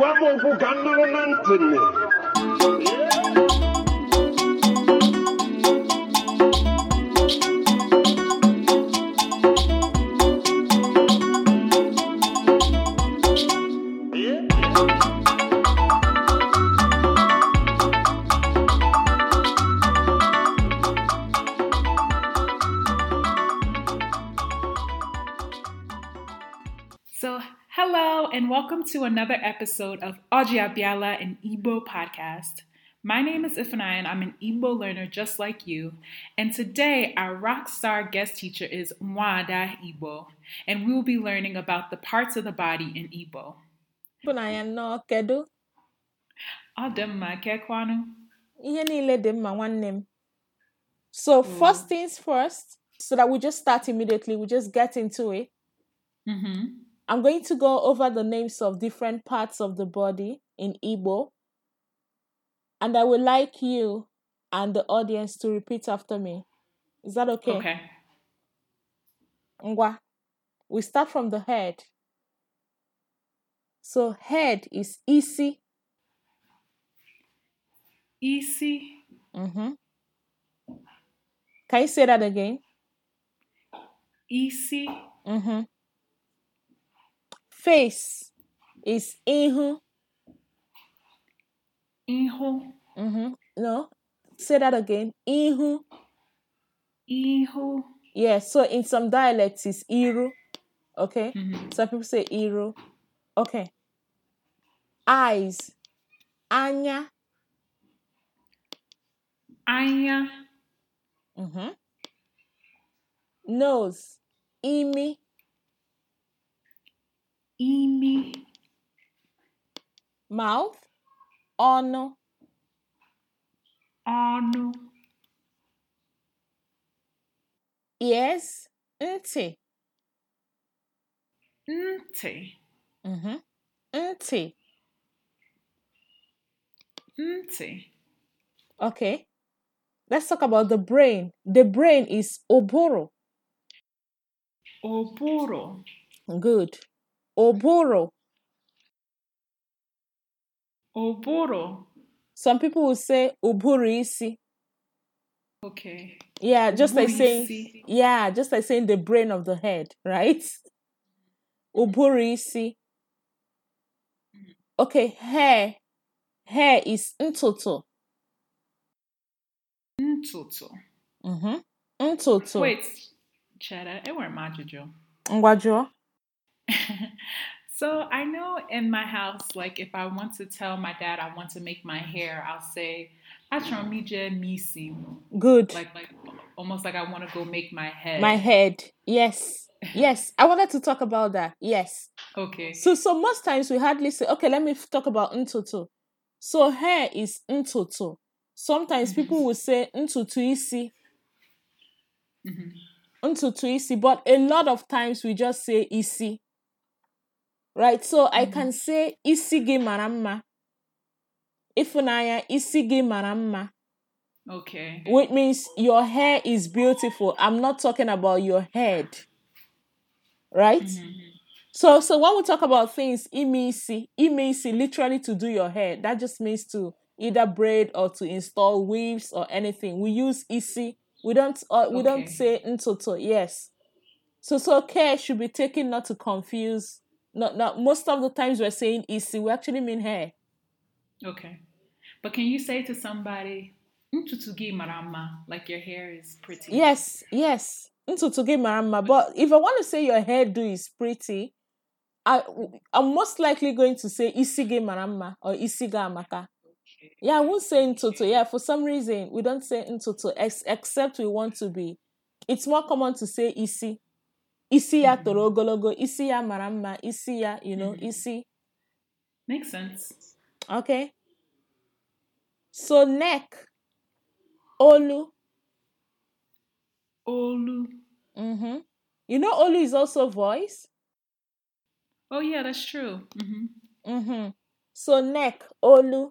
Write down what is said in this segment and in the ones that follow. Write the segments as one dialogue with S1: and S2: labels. S1: Wabobu kandolo nantini.
S2: So, hello and welcome to another episode of Audrey Abiala and Igbo Podcast. My name is Ifanai and I'm an Igbo learner just like you. And today, our rock star guest teacher is Mwada Igbo, and we will be learning about the parts of the body in Igbo.
S3: ịfụnanya nnọọ kedu
S2: Adamma kekwanu.
S3: ihe niile dị mma nwanne m so first things first so that we just start immediately we just get into it
S2: Mm-hmm.
S3: i'm going to go over the names of different parts of the body in igbo and i would like you and the audience to repeat after me is that okay,
S2: Okay.
S3: ngwa we start from the head so head is isi
S2: Isi,
S3: Mhm. can you say that again
S2: isi,
S3: Mm-hmm. Face is ihu.
S2: iho,
S3: Mm-hmm. No, say that again. Ihu.
S2: iho.
S3: Yeah, so in some dialects it's iru. Okay?
S2: Mhm.
S3: Some people say iru. Okay. Eyes. Anya.
S2: Anya,
S3: Mm-hmm. Nose. Imi.
S2: imi,
S3: Mouth. Ono.
S2: anu,
S3: Ears. Nti.
S2: nte.
S3: Mm-hmm. Nti.
S2: Nti.
S3: Okay. Let's talk about the brain. The brain is oboro.
S2: Oboro.
S3: Good. Oboro.
S2: Oboro.
S3: Some people will say oburu isi.
S2: Okay.
S3: Yeah, just like
S2: Oburu
S3: saying
S2: isi.
S3: yeah, just like saying the brain of the head, right? Oburu isi. Okay, hair. Hair is ntoto.
S2: Ntutu.
S3: Mhm. Ntoto.
S2: Wait, e Cheta, it weren't my juju.
S3: Ngwajo.
S2: So I know in my house, like if I want to tell my dad I want to make my hair, I'll say, Achomije misi.
S3: Good.
S2: Like, like almost like I want to go make my head.
S3: My head. Yes. Yes. I wanted to talk about that. Yes.
S2: Okay.
S3: So so most times we hardly say, okay, let me f- talk about ntutu. So hair is ntutu. Sometimes people will say ntutu isi,
S2: hmm
S3: ntutu isi, but a lot of times we just say isi, right? So I can say isi gi maramma, ifunaya isi gi maramma,
S2: Okay.
S3: which means your hair is beautiful. I'm not talking about your head, right? So, so when we talk about things, imisi, imisi, literally to do your hair. That just means to either braid or to install weaves or anything. We use isi. We don't. Uh, we
S2: Okay.
S3: don't say ntoto. Yes. So, so care should be taken not to confuse. Not, not most of the times we're saying isi, we actually mean hair.
S2: Okay. But can you say to somebody, Ntutu gi marama, like your hair is pretty?
S3: Yes, yes. Ntutu gi marama. But if I want to say your hairdo is pretty, I, I'm most likely going to say isi gi marama or isi ga amaka. Yeah, I won't say ntoto. Yeah, for some reason we don't say ntoto ex- except we want to be. It's more common to say isi. Isi ya toro ogologo, isi ya mara mma, isi ya, you know, isi.
S2: Makes sense.
S3: Okay. So neck, olu.
S2: Olu.
S3: Mm-hmm. You know, olu is also voice.
S2: Oh yeah, that's true. hmm
S3: Mm-hmm. So neck, olu.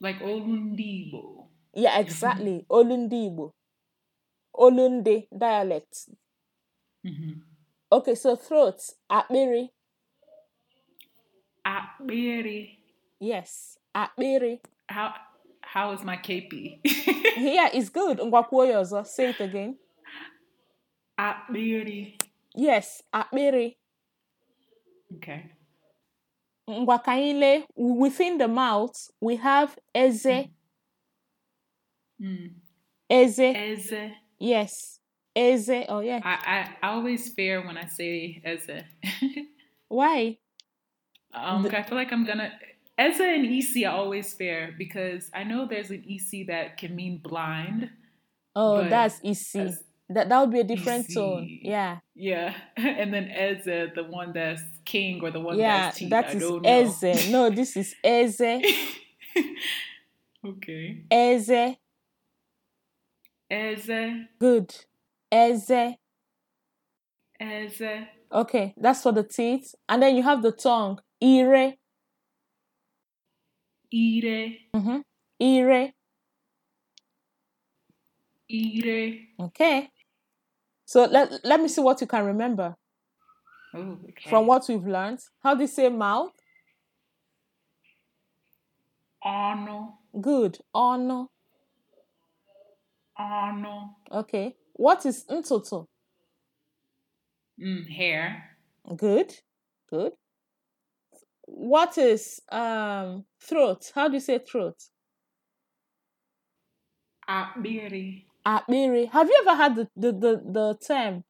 S2: Like Olundibo. Mm-hmm.
S3: Yeah, exactly. Olundi Igbo. Olunde dialect.
S2: Mm-hmm.
S3: Okay, so throat, akpiri.
S2: Akpiri.
S3: Yes, akpiri.
S2: How how is my KP?
S3: Yeah, it's good. Ngwakwuo ya ọzọ. Say it again.
S2: Akpiri.
S3: Yes, akpiri.
S2: Okay.
S3: Ngwa ka anyị lee, within the mouth, we have
S2: Mm-hmm.
S3: eze,
S2: Mm. E-
S3: eze.
S2: Eze.
S3: Yes, eze. Oh, yeah.
S2: I, I, I always fear when I say Eze.
S3: Why?
S2: um, 'cause I feel like I'm gonna Eze and EC I always fear because I know there's an EC that can mean blind.
S3: Oh,
S2: But
S3: that's easy.
S2: that's-
S3: That that would be a different
S2: Isi.
S3: tone. Yeah,
S2: Yeah. And then Eze, the one that's king or the one
S3: yeah.
S2: that's tea. I
S3: That is
S2: don't know.
S3: eze. No, this is eze,
S2: okay.
S3: eze.
S2: Eze.
S3: Good. Eze.
S2: Eze.
S3: Okay, that's for the teeth. And then you have the tongue. Ire.
S2: Ire.
S3: Mm-hmm. Ire.
S2: Ire.
S3: Okay. So let, let me see what you can remember
S2: Oh, okay.
S3: from what we've learned. How do you say mouth?
S2: Ono.
S3: Good. Ono.
S2: Ono.
S3: Okay. What is ntoto?
S2: Mm, hair.
S3: Good. Good. What is um throat? How do you say throat?
S2: Ah, Abiri.
S3: Akpiri. Have you ever had the, the, the, the term,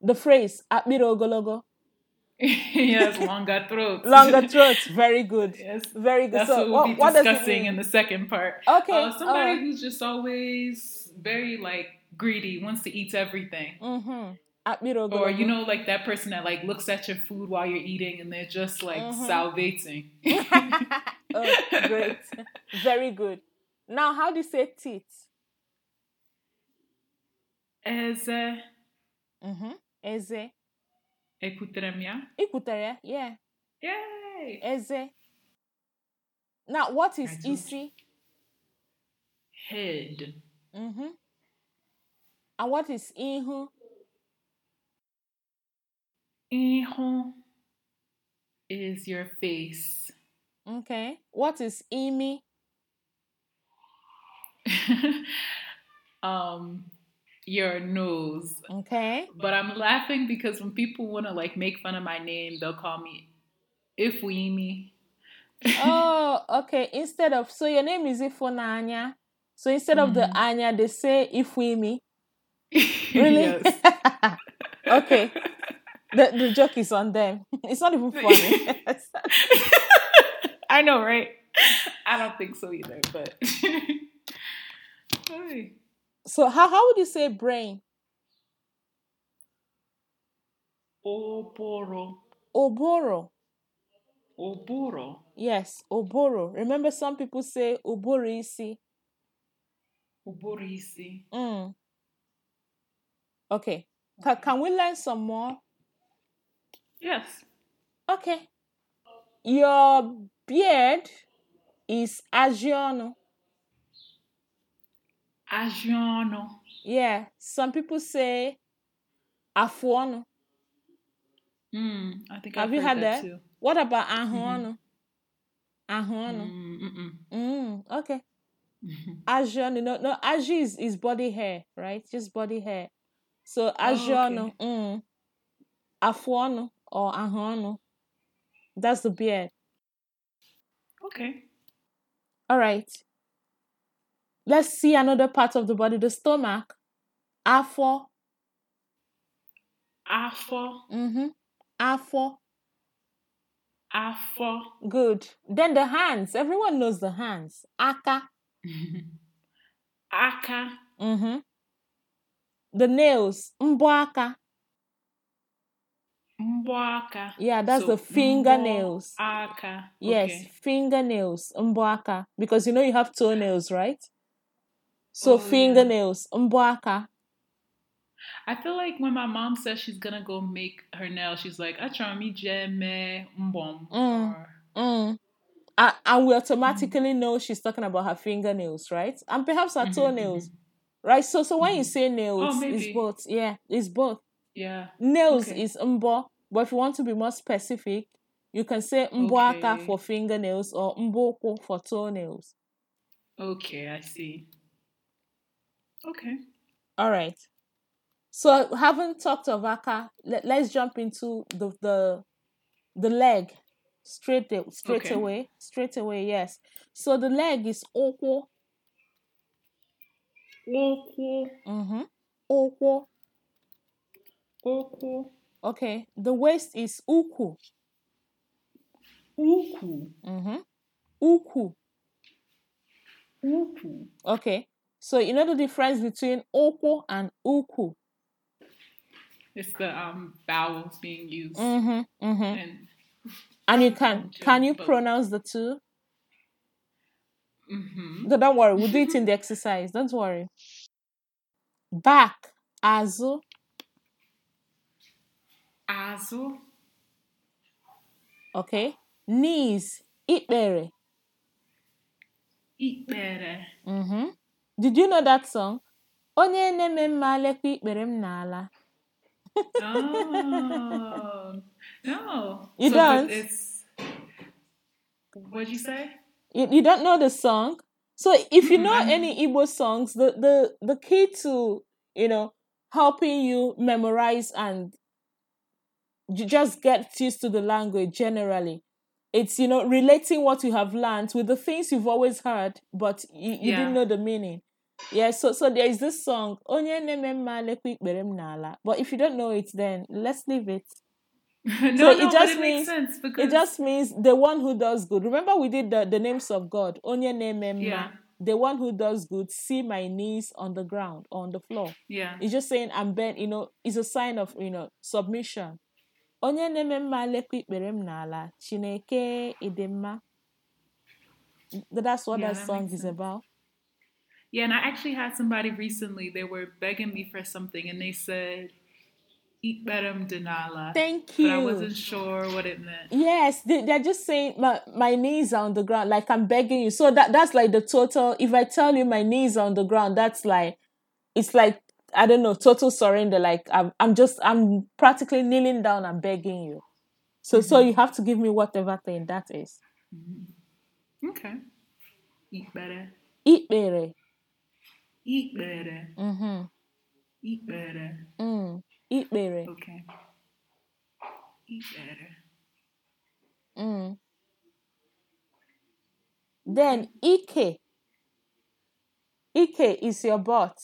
S3: the phrase akpiri ogologo?
S2: yes, longer throat.
S3: Longer throat. Very good.
S2: yes.
S3: Very good.
S2: That's what
S3: so
S2: we'll
S3: what,
S2: be
S3: what does it
S2: discussing
S3: mean? Oh,
S2: in the second part.
S3: Okay,
S2: Uh, somebody
S3: alright.
S2: who's just always very like greedy, wants to eat everything.
S3: Mm-hmm. Akpiri
S2: Or
S3: ogologo.
S2: you know, like that person that like looks at your food while you're eating and they're just like
S3: Mhm.
S2: salivating.
S3: oh, great. Very good. Now, how do you say teeth?
S2: Eze
S3: Mm-hmm. Eze.
S2: ekutremia.
S3: Ikutere, ya? yeah.
S2: Yay!
S3: Eze. Now, what is
S2: I told
S3: isi?
S2: Head.
S3: Mm-hmm. And what is ihu?
S2: Iho is your face.
S3: Okay. What is imi?
S2: um, your nose.
S3: Okay.
S2: But I'm laughing because when people want to like make fun of my name, they'll call me Ifuimi.
S3: oh, okay. Instead of so your name is Ifunanya. So instead of the Anya, they say Ifuimi. Really?
S2: Yes.
S3: okay. The the joke is on them. It's not even funny.
S2: I know, right? I don't think so either, but. Hey.
S3: so how how would you say brain?
S2: Oboro.
S3: Oboro.
S2: Oboro.
S3: Yes, oboro. Remember some people say oborisi.
S2: Oborisi.
S3: Mm. Okay. Ca- can we learn some more?
S2: Yes.
S3: Okay. Your beard is agiono.
S2: Ajiano.
S3: Yeah. Some people say afuono.
S2: Mm, I think
S3: Have
S2: I've
S3: you
S2: heard
S3: had that?
S2: too. Mm-hmm.
S3: What about ahuono? Ahuono.
S2: Mm, mm-mm.
S3: Mm. Okay.
S2: Mhm.
S3: Agiono. No, no. Agi is, is body hair, right? Just body hair.
S2: Oh,
S3: So
S2: okay.
S3: agiono. Mm. Afuono or ahuono. That's the beard.
S2: Okay.
S3: All right. Let's see another part of the body, the stomach. Afo.
S2: Afo.
S3: Mm-hmm. Afo.
S2: Afo.
S3: Good. Then the hands. Everyone knows the hands. Aka.
S2: Aka.
S3: Mm-hmm. The nails. Mboaka.
S2: Mboaka.
S3: Yeah, that's the fingernails.
S2: Aka.
S3: Yes, fingernails. Mboaka. Because you know you have toenails, right? So
S2: Oh, yeah.
S3: fingernails. Mboaka.
S2: I feel like when my mom says she's gonna go make her nails, she's like, "Achami jeme mbom."
S3: Mm.
S2: Or,
S3: Mm. A- And we automatically
S2: Mm-hmm.
S3: know she's talking about her fingernails, right? And perhaps her toenails. right? So, so when you say nails,
S2: mm-hmm. Oh,
S3: it's
S2: maybe.
S3: both. Yeah, it's both.
S2: Yeah.
S3: Nails
S2: Okay.
S3: is mbo, but if you want to be more specific, you can say mboaka
S2: Okay.
S3: for fingernails or mboko for toenails.
S2: Okay, I see. Okay.
S3: All right. So having talked of aka, let, let's jump into the the the leg straight a- straight
S2: Okay.
S3: away straight away. Yes. So the leg is okwo.
S2: Okwo,
S3: Mm-hmm. Okwo.
S2: okwo,
S3: Okay. The waist is uku.
S2: uku,
S3: Mm-hmm. Uku.
S2: uku.
S3: Okay. So you know the difference between okwo and uku.
S2: It's the um vowels being used.
S3: Mm-hmm. Mm-hmm.
S2: And
S3: And you can
S2: Okay,
S3: can you
S2: but-
S3: pronounce the two?
S2: hmm
S3: No, don't worry. We'll do it in the exercise. Don't worry. Back. Azu.
S2: azu,
S3: Okay. Knees. Ikbere.
S2: ikpere.
S3: Mm-hmm. Did you know that song? Onye na-eme mma lekwa ikpere m n'ala.
S2: Oh no!
S3: You
S2: so but
S3: don't?
S2: It's what'd you say?
S3: You, you don't know the song? So if you know
S2: Mhm.
S3: any Igbo songs, the, the, the key to, you know, helping you memorize and you just get used to the language generally. It's, you know, relating what you have learned with the things you've always heard, but you, you
S2: Yeah.
S3: didn't know the meaning. Yeah, so so there is this song, Onye neme mma lekwa ikpere m n'ala. But if you don't know it, then let's leave it.
S2: no,
S3: So it
S2: no, but
S3: just
S2: it makes
S3: means-
S2: sense because
S3: It just means the one who does good. Remember, we did the, the names of God. Onye neme mma.
S2: Yeah.
S3: The one who does good. See my knees on the ground, on the floor.
S2: yeah,
S3: It's just saying I'm bent. You know, it's a sign of you know submission. Onye neme mma lekwa ikpere m n'ala. Chineke ịdị mma. Th- That's what
S2: Yeah,
S3: that
S2: that
S3: song
S2: makes
S3: is
S2: sense.
S3: about.
S2: yeah. And I actually had somebody recently. They were begging me for something, and they said, "Eat better danala."
S3: Thank
S2: But
S3: you.
S2: I wasn't sure what it meant.
S3: Yes, they, they're just saying my, my knees are on the ground, like I'm begging you. So that that's like the total. If I tell you my knees are on the ground, that's like it's like I don't know, total surrender. Like I'm I'm just I'm practically kneeling down and begging you. So so you have to give me whatever thing that is.
S2: Okay. Eat better.
S3: Ikpere.
S2: Eat better.
S3: Mm-hmm.
S2: Eat better.
S3: Mm. Ikpere.
S2: Okay. Eat better.
S3: Mm. Then Ike. Ike is your butt.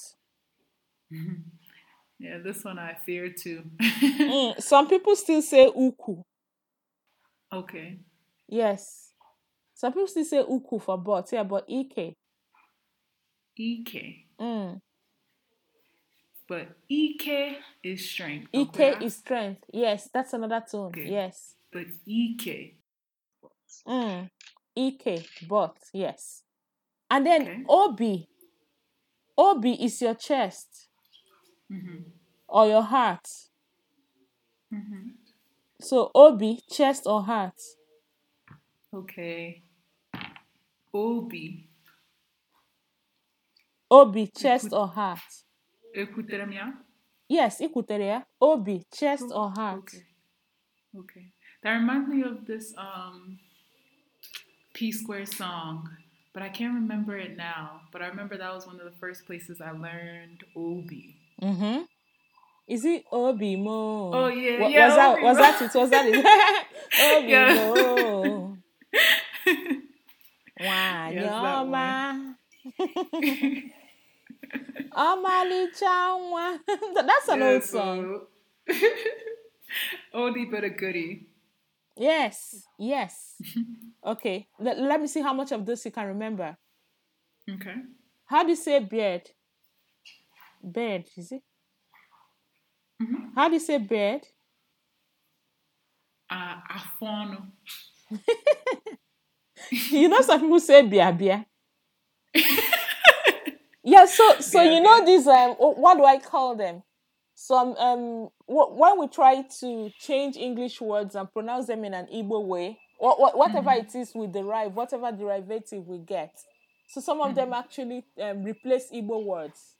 S2: Yeah, this one I fear too.
S3: Mm. Some people still say uku.
S2: okay.
S3: Yes. Some people still say uku for butt, yeah, but Ike.
S2: E Ek.
S3: Mm.
S2: But Ek is strength.
S3: Ike
S2: okay?
S3: is strength. Yes, that's another tone.
S2: Okay.
S3: Yes.
S2: But Ek.
S3: Mm. Ike, butt, yes. And then
S2: Okay.
S3: Obi. Obi is your chest
S2: Mhm.
S3: or your heart.
S2: Mhm.
S3: So Obi, chest or heart.
S2: Okay. Obi.
S3: Obi, chest or heart.
S2: Écoutez-le bien?
S3: Yes, ikutere ya. Obi, chest or heart.
S2: Okay. Okay. That reminds me of this um P Square song, but I can't remember it now. But I remember that was one of the first places I learned Obi.
S3: Mm-hmm. Is it Obi Mo?
S2: Oh, yeah,
S3: Wa-
S2: yeah,
S3: was that
S2: Obi
S3: was
S2: Mo.
S3: that it? Was that it? Obi
S2: Yeah.
S3: Mo. Wow,
S2: Yes, that
S3: Nyoma. Omalicha nwa. Th- That's an old
S2: Yes, oh.
S3: song.
S2: so- Oldie but a goodie.
S3: Yes, yes. Okay, let, let me see how much of this you can remember.
S2: Okay.
S3: How do you say beard? Beard, is it?
S2: Mhm.
S3: How do you say beard?
S2: Uh, afono.
S3: you know some people say bia bia. yeah, so so
S2: Bia
S3: you know these um wh- what do I call them? Some um wh- when we try to change English words and pronounce them in an Igbo way, what, what, whatever it is we derive, whatever derivative we get. So some of them actually um, replace Igbo words.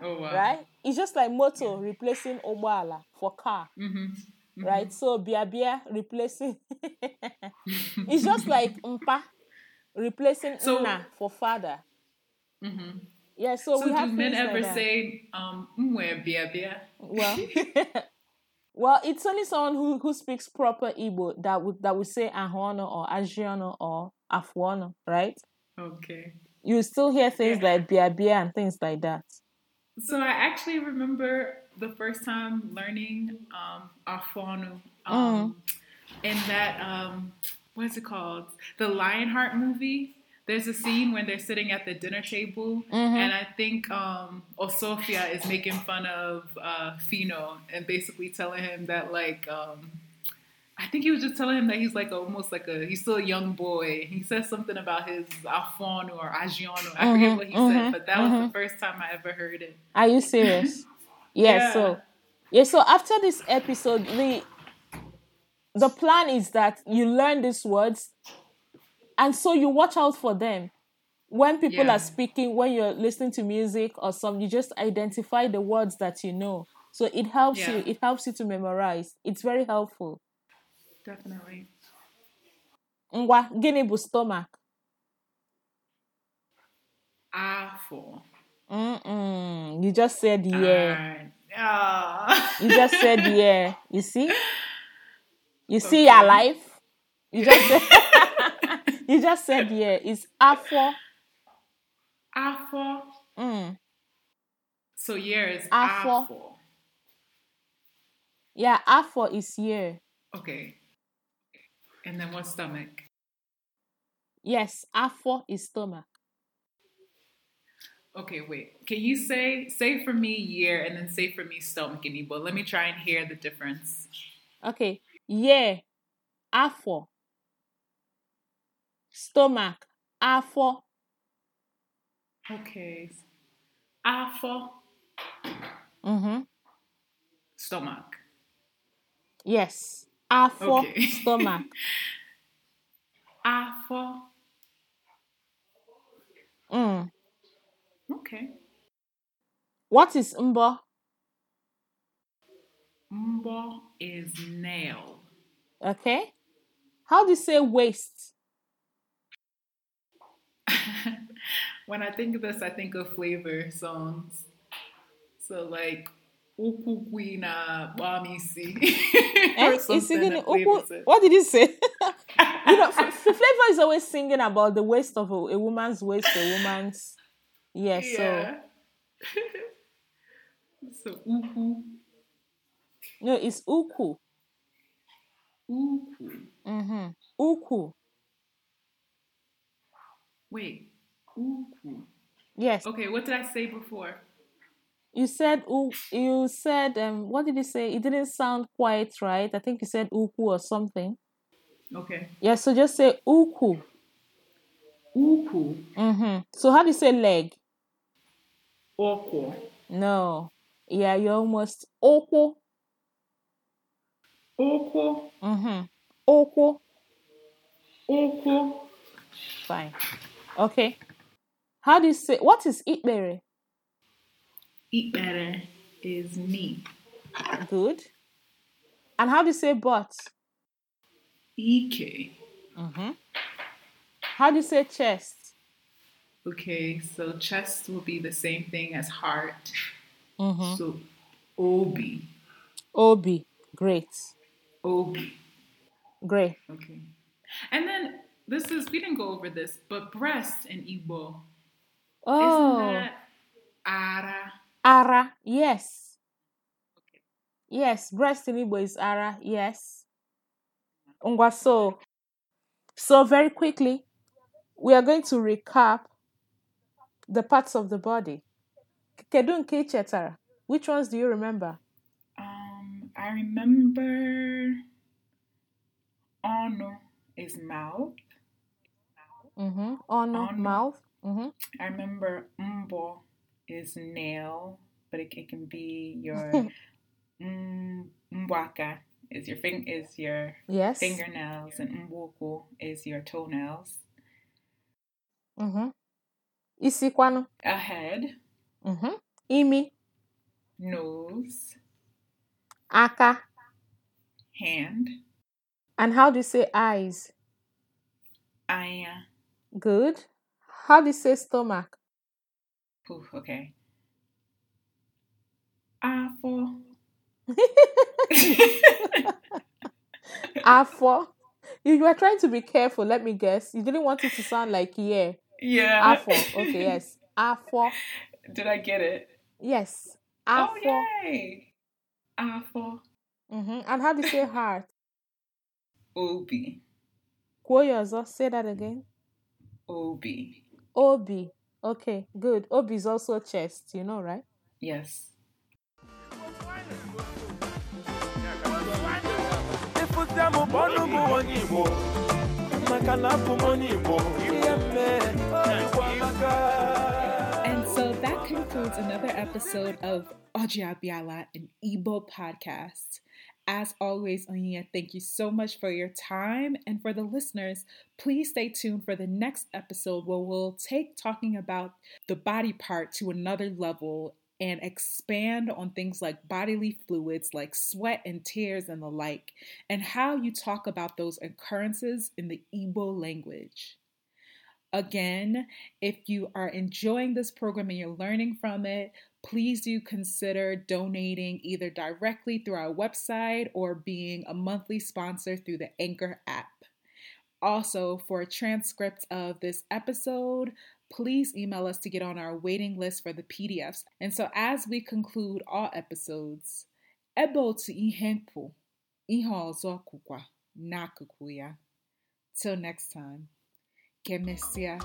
S2: Oh wow.
S3: right? It's just like moto replacing ogbala for car,
S2: Mhm.
S3: right? So bia bia replacing. it's just like mpa replacing
S2: So- Mm-hmm.
S3: nna for father. Yeah, so,
S2: So
S3: we have
S2: do men
S3: things like
S2: ever
S3: that.
S2: say um "Mwe bia bia"?
S3: Well, well, it's only someone who, who speaks proper Igbo that would that would say Ahono or Ajiano or Afuano, right?
S2: Okay.
S3: You still hear things
S2: Yeah.
S3: like bia bia and things like that.
S2: So I actually remember the first time learning um, Afonu um, in that um, what's it called? The Lionheart movie. There's a scene when they're sitting at the dinner table, and I think um, Osofia is making fun of uh, Fino and basically telling him that like. Um, I think he was just telling him that he's like almost like a he's still a young boy. He says something about his Afonu or Ajiano. I forget what he said, but that was the first time I ever heard it.
S3: Are you serious? yeah,
S2: Yeah.
S3: So, yeah. So after this episode, the the plan is that you learn these words, and so you watch out for them. When people
S2: Yeah.
S3: are speaking, when you're listening to music or some, you just identify the words that you know. So it helps
S2: Yeah.
S3: you. It helps you to memorize. It's very helpful.
S2: Definitely.
S3: Ngwa, gịnị bụ stomach?
S2: Awful.
S3: Mm-mm. You just said yeah.
S2: Ah.
S3: You just said yeah. You see? You
S2: Okay.
S3: see your life? You just said You just said yeah. It's afro.
S2: Awful.
S3: Mm.
S2: So yeah, it's
S3: Awful.
S2: awful.
S3: Yeah, afro is yeah.
S2: Okay. And then what's stomach?
S3: Yes, afro is stomach.
S2: Okay, wait. Can you say say for me year and then say for me stomach in Igbo? Let me try and hear the difference.
S3: Okay. Yeah. Afro. Stomach. Afro.
S2: Okay. Awful
S3: Mm-hmm.
S2: stomach.
S3: Yes. Afro
S2: Okay.
S3: stomach.
S2: Awful.
S3: Mm.
S2: Okay.
S3: What is mbo?
S2: Mbo is nail.
S3: Okay. How do you say waste?
S2: when I think of this, I think of flavor songs. So like Ukukwi na Bamisi.
S3: Eh,
S2: or
S3: he's singing
S2: something.
S3: it.
S2: that
S3: Oh,
S2: flavor
S3: oh,
S2: said.
S3: What did he say? you know, F- F- Flavor is always singing about the waste of a, a woman's waste, a woman's. Yeah, so
S2: Yeah. So uku
S3: no, it's uku,
S2: uku.
S3: mm-hmm. uku.
S2: Wait, uku.
S3: Yes,
S2: Okay, what did I say before?
S3: you said u- you said um. What did you say? It didn't sound quite right. I think you said uku or something.
S2: Okay,
S3: Yeah, so just say uku.
S2: uku
S3: Mm-hmm. So how do you say leg?
S2: oko
S3: No. Yeah, you almost oku.
S2: oko
S3: Mm-hmm. Oku.
S2: oko.
S3: Fine. Okay. How do you say what is ikbere?
S2: Eat better is me.
S3: Good. And how do you say butt?
S2: Ike.
S3: How do you say chest?
S2: Okay, so chest will be the same thing as heart.
S3: Mm-hmm.
S2: So obi,
S3: Obi. Great.
S2: obi.
S3: Great.
S2: Okay, and then this is we didn't go over this, but breast in Igbo
S3: Oh,
S2: isn't that ara?
S3: ara. Yes. Yes. Breast in Igbo is ara. Yes. Ngwa, so, so very quickly, we are going to recap the parts of the body. Kedu nke i chetara? Which ones do you remember?
S2: Um, I remember ono is mouth.
S3: Mm-hmm. Ono,
S2: Ono.
S3: mouth. Mm-hmm.
S2: I remember umbo is nail, but it, it can be your mm, mbwaka is your fing is your
S3: Yes.
S2: fingernails and mboko is your toenails.
S3: Mm-hmm. Isi kwano.
S2: A head,
S3: Mm-hmm. Imi.
S2: nose,
S3: Aka.
S2: hand,
S3: And how do you say eyes?
S2: aya.
S3: Good. How do you say stomach?
S2: Poof, okay. Apple.
S3: Afo. You were trying to be careful, let me guess. You didn't want it to sound like yeah.
S2: yeah.
S3: Afo. Okay, yes. Afo.
S2: Did I get it?
S3: Yes. Afo.
S2: Oh, yay. Apple.
S3: hmm And how do you say heart?
S2: Obi.
S3: Kwoyozo. Say that again.
S2: Obi.
S3: Obi. Okay, good. Obi is also chest, you know, right?
S2: Yes.
S4: ịfụta m bụ ọnụbụ onye igbo maka na abụ m onye igbo ihe mmee ọgwụ amaka
S2: And so that concludes another episode of Oji Abiala, an Igbo podcast. As always, Onyia, thank you so much for your time. And for the listeners, please stay tuned for the next episode where we'll take talking about the body part to another level and expand on things like bodily fluids, like sweat and tears and the like, and how you talk about those occurrences in the Igbo language. Again, if you are enjoying this program and you're learning from it, please do consider donating either directly through our website or being a monthly sponsor through the Anchor app. Also, for a transcript of this episode, please email us to get on our waiting list for the PDFs. And so, as we conclude all episodes, Ebo to Ihempu, Ihozokukwa, Nakukuya. Till next time, Kemesia.